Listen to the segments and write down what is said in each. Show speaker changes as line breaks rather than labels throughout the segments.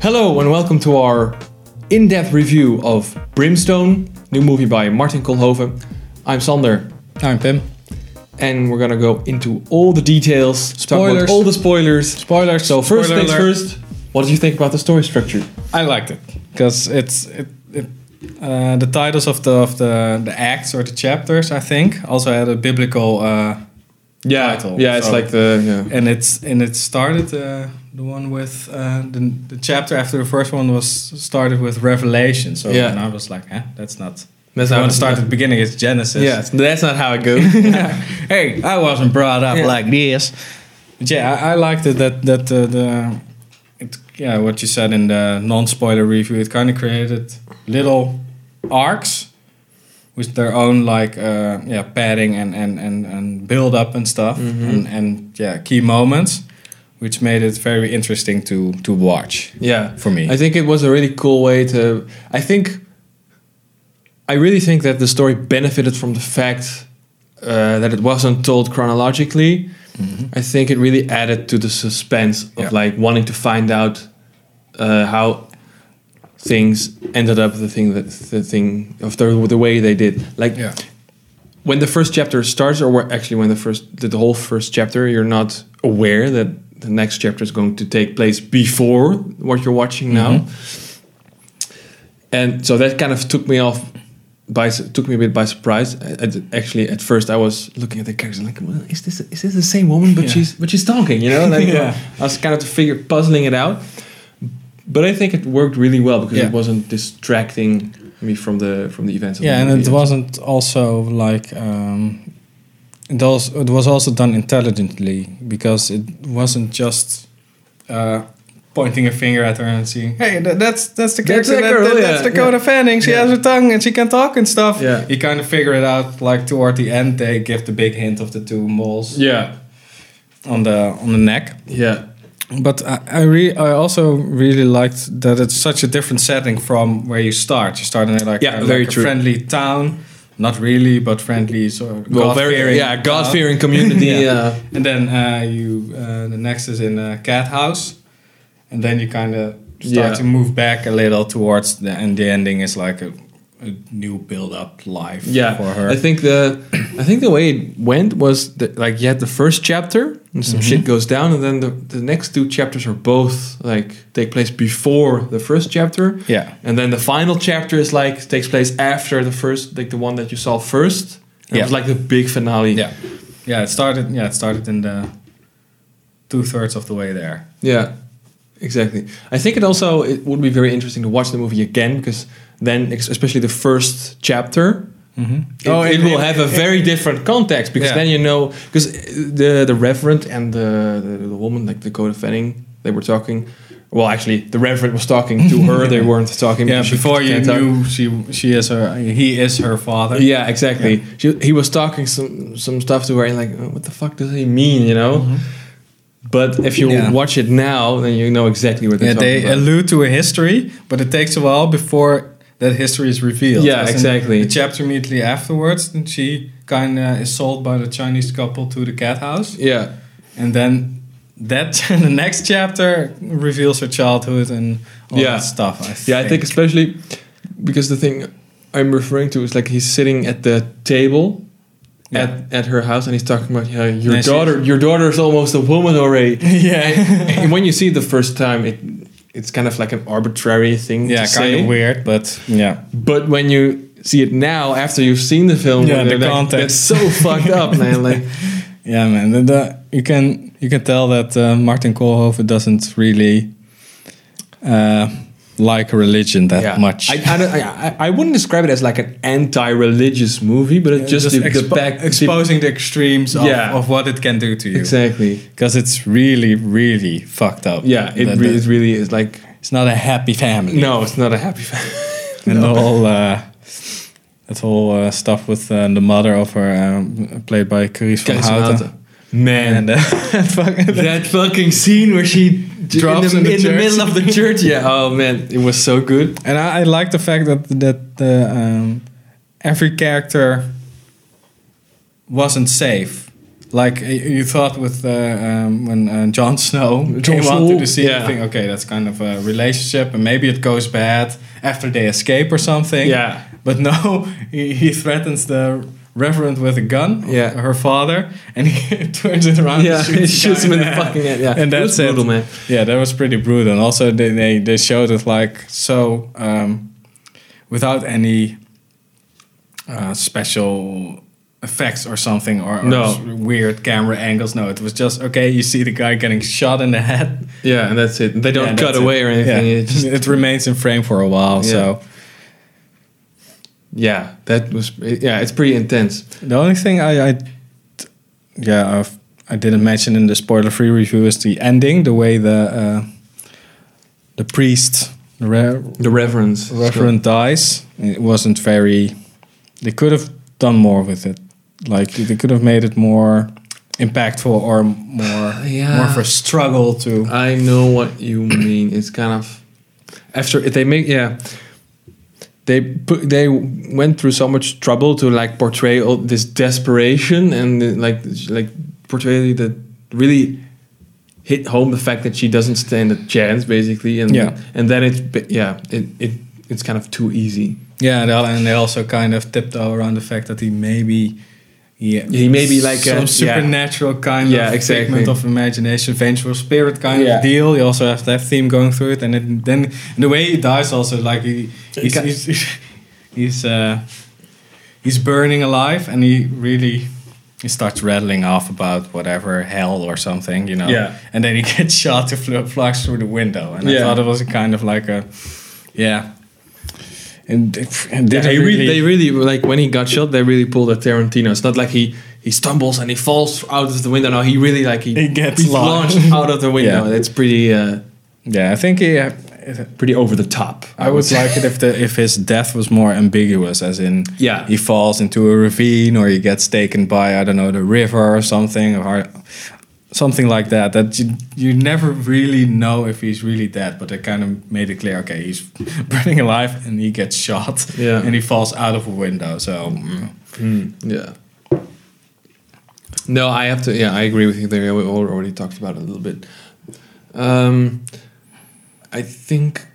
Hello and welcome to our in-depth review of Brimstone, new movie by Martin Kolhoven. I'm Sander,
I'm Pim.
and we're gonna go into all the details, talk about
Spoilers.
all the spoilers.
Spoilers.
So first
Spoiler
things
alert.
first, what do you think about the story structure?
I liked it because it's it, it uh, the titles of the of the the acts or the chapters. I think also had a biblical uh, title.
yeah, it's
So-
like the yeah.
and it's and it started uh, the one with uh, the the chapter after the first one was started with Revelation. So
Yeah.
and I was like, eh, that's not.
That's
That's I
not-
want to start at the beginning. It's Genesis.
yeah, that's not how it goes.
hey, I wasn't brought up
Yeah.
like this. But yeah, I, I liked it that that uh, the it, yeah what you said in the non-spoiler review. It kind of created little arcs with their own like uh, yeah padding and and and and build up and stuff
Mm-hmm.
and and yeah key moments, which made it very interesting to to watch
yeah,
for me.
I think it was a really cool way to. I think. I really think that the story benefited from the fact uh, that it wasn't told chronologically. I think it really added to the suspense of
Mm-hmm. Yeah.
like wanting to find out uh, how things ended up the thing that the thing of the, the way they did. Like
yeah.
when the first chapter starts, or where- actually when the first the, the whole first chapter, you're not aware that the next chapter is going to take place before what you're watching now,
Mm-hmm.
and so that kind of took me off by s- took me a bit by surprise. I- I d- actually, at first, I was looking at the characters like, well, is this is this the same woman? But
Yeah.
she's but she's talking, you know. Like,
Yeah.
I was kind of to figure puzzling it out, but I think it worked really well because it
Yeah.
wasn't distracting me from the from the events. Of the
yeah and
movie.
it wasn't also like um, it, also, it was also done intelligently because it wasn't just uh, pointing a finger at her and saying hey tha- that's that's the
That's
character
that
that-
girl,
that-
yeah,
that's the
yeah.
Dakota Fanning she
Yeah.
has her tongue and she can talk and stuff
Yeah.
you kind of figure it out like toward the end they give the big hint of the two moles
yeah
on the on the neck
yeah.
but I I, re- I also really liked that it's such a different setting from where you start. You start in a, like,
Yeah,
a,
very
like a
true.
friendly town, not really, but friendly, so
well,
God fearing.
very yeah, God fearing community.
Yeah.
uh,
And then uh, you uh, the next is in a cat house, and then you kind of start
Yeah.
to move back a little towards the and the ending is like a, a new build up life
yeah.
for her.
I think the I think the way it went was that like you had the first chapter and some
Mm-hmm.
shit goes down, and then the, the next two chapters are both like take place before the first chapter,
yeah.
and then the final chapter is like takes place after the first, like the one that you saw first. And It
Yeah.
was like the big finale.
Yeah. Yeah, it started yeah, it started in the two thirds of the way there.
Yeah, exactly. I think it also it would be very interesting to watch the movie again because then, ex- especially the first chapter,
Oh,
it, it
it-
will
it-
have a very different context because
Yeah.
then you know because the the reverend and the, the the woman like Dakota Fanning they were talking. Well, actually, the reverend was talking to her. they weren't talking.
Yeah,
because she
before you
can't talk.
knew she she is her he is her father.
Yeah, exactly. She, he was talking some some stuff to her, and like, "Oh, what the fuck does he mean? You know. But if you
Mm-hmm. Yeah.
watch it now, then you know exactly what they're
Yeah,
talking
they
about.
allude to a history, but it takes a while before that history is revealed.
Yeah,
As in
exactly.
The chapter immediately afterwards, and she kind of is sold by the Chinese couple to the cat house,
yeah.
and then that the next chapter reveals her childhood and all
Yeah.
that stuff. I think.
Yeah, I think especially because the thing I'm referring to is like he's sitting at the table at, at her house and he's talking about yeah, your
Yeah, she-
daughter your daughter is almost a woman already.
yeah,
and when you see it the first time it it's kind of like an arbitrary thing
yeah,
to say.
kind of weird, but yeah,
But when you see it now after you've seen the film
Yeah,
you're
the
like,
context.
that's so fucked up man like
yeah, man. The, the, you can you can tell that uh, Martin Koolhoven doesn't really uh, like religion that
yeah.
much.
I, I, don't, I, I- I wouldn't describe it as like an anti-religious movie but it just, the, the
Uh, expo-
back
exposing the extremes of,
Yeah.
of what it can do to you.
exactly
Because it's really, really fucked up.
yeah it,
That-
re-
that-
it really is like
it's not a happy family.
No, it's not a happy family.
And the whole, uh, that whole uh, stuff with uh, the mother of her, um, played by Carice van Houten.
Man,
And uh, fucking-
that fucking scene where she j-
Drops
in,
in
the,
the
in the
church.
middle of the church. Yeah. Oh man, it was so good.
and I, I like the fact that that the, um, every character wasn't safe. like uh, you thought with uh, um, when uh, Jon Snow
Jon
came
Snow,
onto the scene,
yeah.
you think, okay, that's kind of a relationship, and maybe it goes bad after they escape or something.
Yeah.
But no, he, he threatens the reverend with a gun,
Yeah.
her father, and he turns it around
Yeah,
and
he
shoots,
shoots
the
him
guy
in the fucking head. Yeah,
And
It
that's
was
it.
brutal, man.
Yeah, that was pretty brutal. And also, they, they, they showed it like so um, without any uh, special effects or something or, or
No.
s- weird camera angles. No, it was just okay, you see the guy getting shot in the head.
Yeah, and that's it. They
Yeah,
don't cut
that's
away
it.
or anything.
Yeah.
It just
it remains in frame for a while.
Yeah.
So
yeah, that was yeah. It's pretty intense.
the only thing I, I yeah, I've, I didn't mention in the spoiler free review is the ending, the way the uh, the priest, the re-
The reverence.
Reverend dies. It wasn't very. They could have done more with it. Like they could have made it more impactful or more
Yeah.
more of a struggle to.
I know what you mean. It's kind of after they make yeah. They put they went through so much trouble to like portray all this desperation and uh, like like portray the really hit home the fact that she doesn't stand a chance basically and
Yeah.
and then it's bi- yeah it, it it's kind of too easy.
Yeah, and they- and they also kind of tiptoe around the fact that he maybe. Yeah,
He may be like
some
a- yeah.
supernatural kind
Yeah,
of
exactly.
figment of imagination, vengeful spirit kind
Yeah.
of deal. You also have to have theme going through it, and it, then and the way he dies also like he, he's
ca-
he's, he's uh, he's burning alive and he really he starts rattling off about whatever hell or something you know
Yeah.
and then he gets shot to fl- flies through the window and i
Yeah.
thought it was a kind of like a yeah and, it- and
Yeah,
did
they,
I
really,
really,
they really like when he got shot. They really pulled a Tarantino. It's not like he he stumbles and he falls out of the window. No, he really like he,
He gets
he's
launched.
launched out of the window.
Yeah.
That's pretty uh,
yeah i think he uh,
pretty over the top.
I would like it if the if his death was more ambiguous, as in
Yeah.
he falls into a ravine or he gets taken by I don't know the river or something or something like that. That you you never really know if he's really dead, but they kind of made it clear. Okay, he's burning alive and he gets shot.
Yeah.
and he falls out of a window. So mm.
Yeah. No, I have to. Yeah, I agree with you there. We al- already talked about it a little bit. Um, I think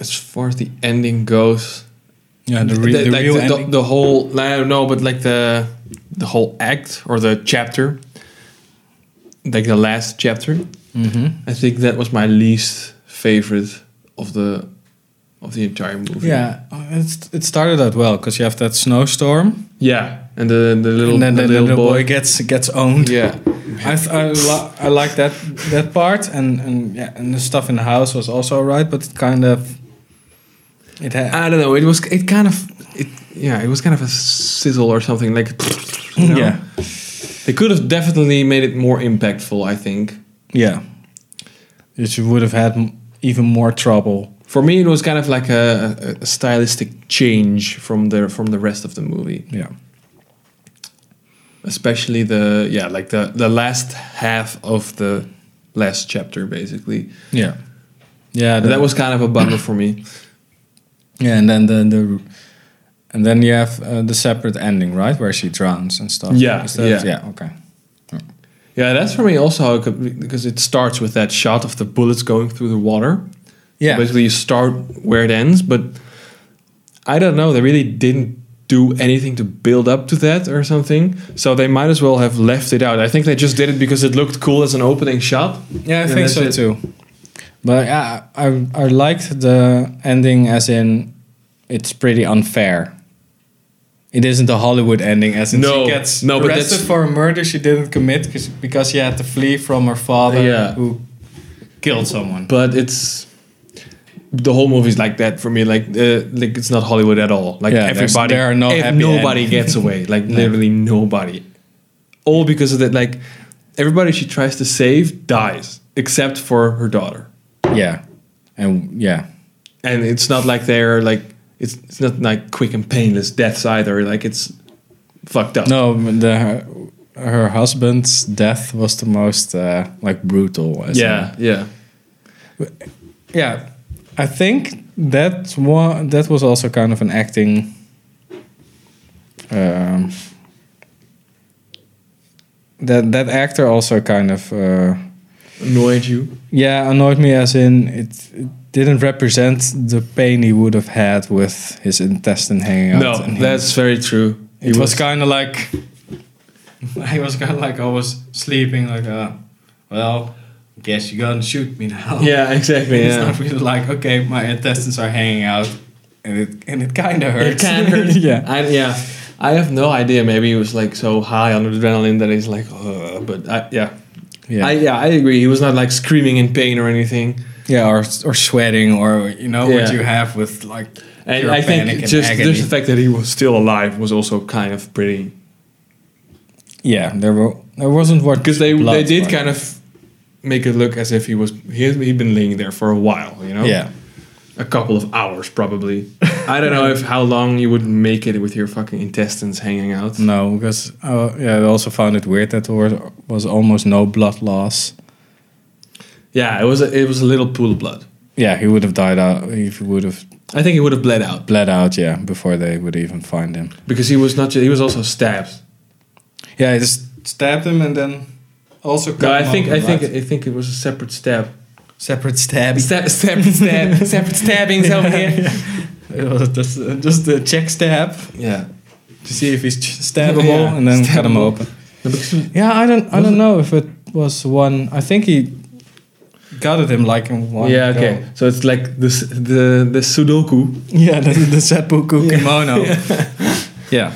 as far as the ending goes,
yeah, the,
th-
re-
th-
the
like
real
the, the,
ending.
the whole I don't know, but like the the whole act or the chapter, like the last chapter.
Mhm.
I think that was my least favorite of the of the entire movie.
Yeah, it's, it started out well because you have that snowstorm,
yeah, and the the little
and then
the, little, boy.
gets gets owned.
Yeah,
I, th- I, li- I like that that part and and yeah and the stuff in the house was also alright but it kind of it had
I don't know. It was it kind of it yeah it was kind of a sizzle or something like you know?
yeah
They could have definitely made it more impactful. I think
yeah it would have had m- even more trouble
for me it was kind of like a, a- a stylistic change from the from the rest of the movie,
yeah
especially the yeah like the the last half of the last chapter basically.
yeah yeah
And that was kind of a bummer for me.
yeah and then the, the and then you have uh, the separate ending right where she drowns and stuff
Yeah,
Is that-
yeah.
yeah okay
Yeah, that's for me also a complete- because it starts with that shot of the bullets going through the water.
yeah
Basically, you start where it ends, but I don't know. They really didn't do anything to build up to that or something. So they might as well have left it out. I think they just did it because it looked cool as an opening shot.
Yeah, I
And
think
that's
so
it.
too. But yeah, I I liked the ending as in it's pretty unfair. It isn't a Hollywood ending as in
No,
she gets
no, but
arrested
that's-
for a murder she didn't commit 'cause- because she had to flee from her father
Yeah.
who killed someone.
But it's the whole movie's like that for me. Like, uh, like it's not Hollywood at all. Like
Yeah, there's-
everybody,
there are no
ev-
happy
nobody
endings.
gets away. Like literally nobody. All because of that. Like everybody she tries to save dies, except for her daughter.
Yeah, and yeah,
and it's not like they're like it's it's not like quick and painless deaths either. Like it's fucked up.
no, the her, her husband's death was the most uh, like brutal. As in-
Yeah. Yeah.
yeah i think that one that was also kind of an acting um that that actor also kind of uh,
Annoyed you?
yeah annoyed me as in it, it didn't represent the pain he would have had with his intestine hanging out.
no,
and he-
that's very true. He
it was, kind of like I was kind of like I was sleeping like uh, well guess you're gonna shoot me now
yeah, exactly.
it's
Yeah.
not really like okay my intestines are hanging out and it and it kind of hurts
can hurt.
yeah
I, yeah. I have no idea. Maybe he was like so high on adrenaline that he's like, Ugh, but I, yeah.
yeah
I, yeah, I agree. He was not like screaming in pain or anything.
yeah or or sweating or you know
Yeah.
what you have with like
And
pure
I
panic
think
and
just,
agony.
just the fact that he was still alive was also kind of pretty
yeah there were there wasn't what
because they
blood,
they did
but-
kind of make it look as if he was he had, he'd been laying there for a while, you know,
yeah
a couple of hours probably. I don't know if how long you would make it with your fucking intestines hanging out.
No, because uh, yeah, I also found it weird that there was, was almost no blood loss.
Yeah, it was a, it was a little pool of blood.
Yeah, he would have died out if he would have
I think he would have bled out
bled out. Yeah, before they would even find him.
because he was not ju- he was also stabbed.
Yeah, he just stabbed him and then also.
No, I think I think I think it was a separate stab.
separate stab.
Stab, separate stab, separate stabbings over here.
It was just, uh, just a check stab
Yeah.
to see if he's ch- stabbable
Yeah,
and then cut him
stabbable.
open.
No, because-
Yeah, I don't I don't know if it was one. I think he gutted him like in one.
yeah.
go.
Okay. So it's like the s- the the Sudoku.
Yeah, the, the seppuku kimono. Oh, Yeah.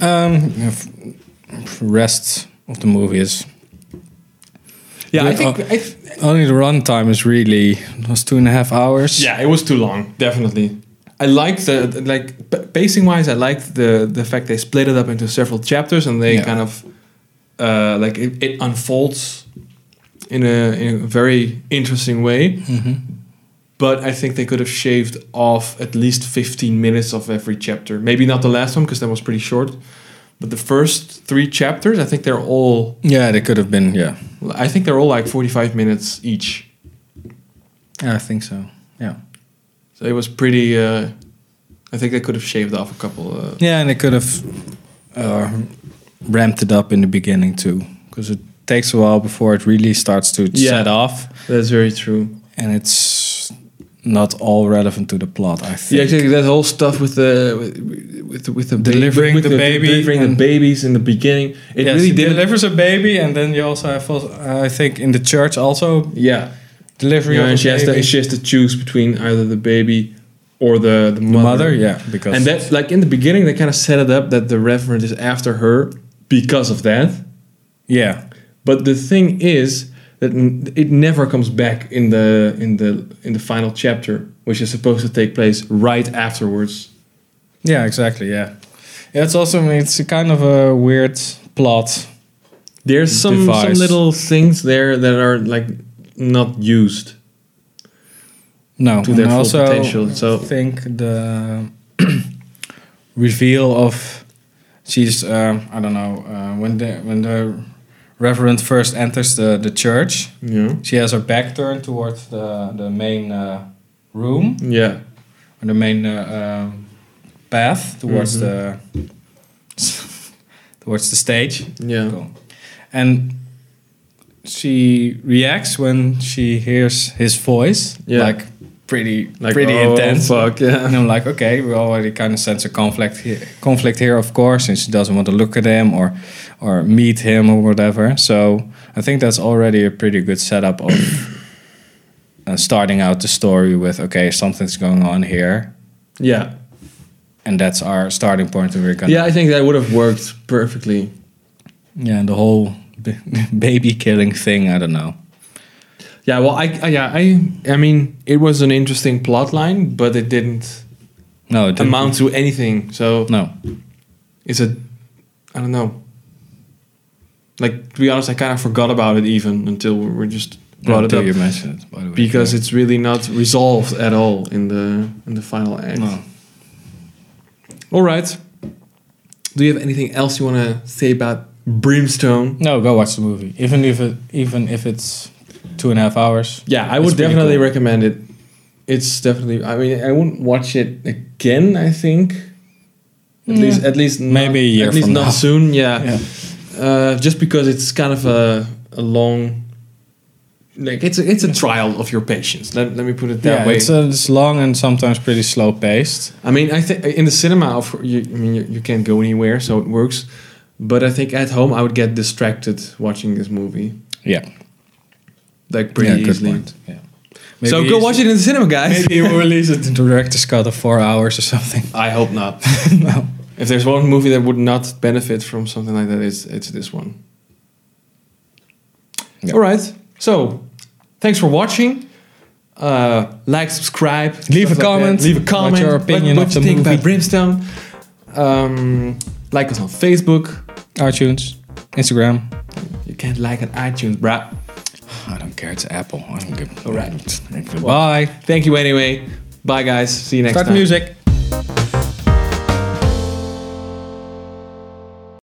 Um, yeah, f- f- rest of the movie is
Yeah, I
Yeah,
think.
uh,
I th-
only the runtime is really it was two and a half hours.
yeah, it was too long. Definitely. I liked the the- like p- pacing wise. I liked the the fact they split it up into several chapters and they
Yeah.
kind of uh, like it, it unfolds in a in a very interesting way.
hmm
But I think they could have shaved off at least fifteen minutes of every chapter. Maybe not the last one because that was pretty short. But the first three chapters, I think they're all
Yeah, they could have been. Yeah,
I think they're all like 45 minutes each.
yeah I think so. Yeah,
So it was pretty. Uh, I think they could have shaved off a couple. Uh,
yeah, and they could have uh, ramped it up in the beginning too, because it takes a while before it really starts to
Yeah.
set off,
that's very true.
and it's not all relevant to the plot. I think.
Yeah, exactly. That whole stuff with the with with, with the ba-
Delivering
with
the baby
delivering the
and-
babies in the beginning. It
Yes,
really
he
didn't.
delivers a baby, and then you also have, also- I think, in the church also
yeah,
delivery
yeah
of a
and she has,
baby.
to, she has to choose between either the baby or the the
the
mother.
mother, yeah, because
And that's like in the beginning they kind of set it up that the reverend is after her because of that.
yeah,
But the thing is that n- it never comes back in the in the in the final chapter, which is supposed to take place right afterwards.
yeah, exactly, yeah. yeah. It's also it's a kind of a weird plot.
There's some some
Device.
little things there that are like not used.
No,
To
and
their
I
full
also
potential, so-
think the reveal of she's um, I don't know uh, when the when the reverend first enters the the church,
Yeah.
she has her back turned towards the the main uh, room.
Yeah.
on the main uh, um, path towards
Mm-hmm.
the towards the stage.
Yeah.
Cool. And she reacts when she hears his voice,
Yeah.
like pretty
Like
pretty
oh,
intense.
Fuck yeah.
And I'm like, okay, we already kind of sense a conflict here, conflict here, of course, and she doesn't want to look at him or or meet him or whatever. So I think that's already a pretty good setup of uh, starting out the story with, okay, something's going on here,
Yeah.
and that's our starting point, and we're gonna
Yeah, I think that would have worked perfectly.
yeah, and the whole b- baby killing thing. I don't know.
Yeah, well I, I yeah, I I mean it was an interesting plot line, but it didn't
No, it didn't-
amount to anything. So
No,
it's a I don't know. Like to be honest, I kind of forgot about it even until we were just brought it
Until
up
You mentioned it, by the way.
because it's really not resolved at all in the in the final act.
no.
All right. Do you have anything else you want to say about Brimstone?
No, go watch the movie. Even if it, even if it's two and a half hours.
Yeah, I
It's
would
pretty
definitely
cool.
recommend it. It's definitely. I mean, I wouldn't watch it again. I think. At
Yeah.
least, at least, not-
Maybe a year
at least
from
not
now.
soon. Yeah.
Yeah.
uh, just because it's kind of a, a long, like it's a, it's a trial of your patience. Let, let me put it that
yeah,
way.
it's, uh, it's long and sometimes pretty slow paced.
I mean, I think in the cinema, of you, I mean, you, you can't go anywhere, so it works. But I think at home, I would get distracted watching this movie,
Yeah,
like pretty
yeah,
easily.
Yeah.
so go watch it in the cinema, guys.
Maybe we'll release it in director's cut of four hours or something.
I hope not.
no.
If there's one movie that would not benefit from something like that, it's it's this one.
Yeah.
All right. So, thanks for watching. Uh, like, subscribe,
Leave
stuff
a
like that.
comment.
Leave a
What's
comment.
your opinion
what,
of
what you
the
think about
movie?
Brimstone? Um, like us on Facebook.
iTunes, Instagram.
You can't like on iTunes, bruh.
I don't care. It's Apple. I don't give.
All right.
Bye.
Thank you anyway. Bye, guys. See you next
Start the
time.
music.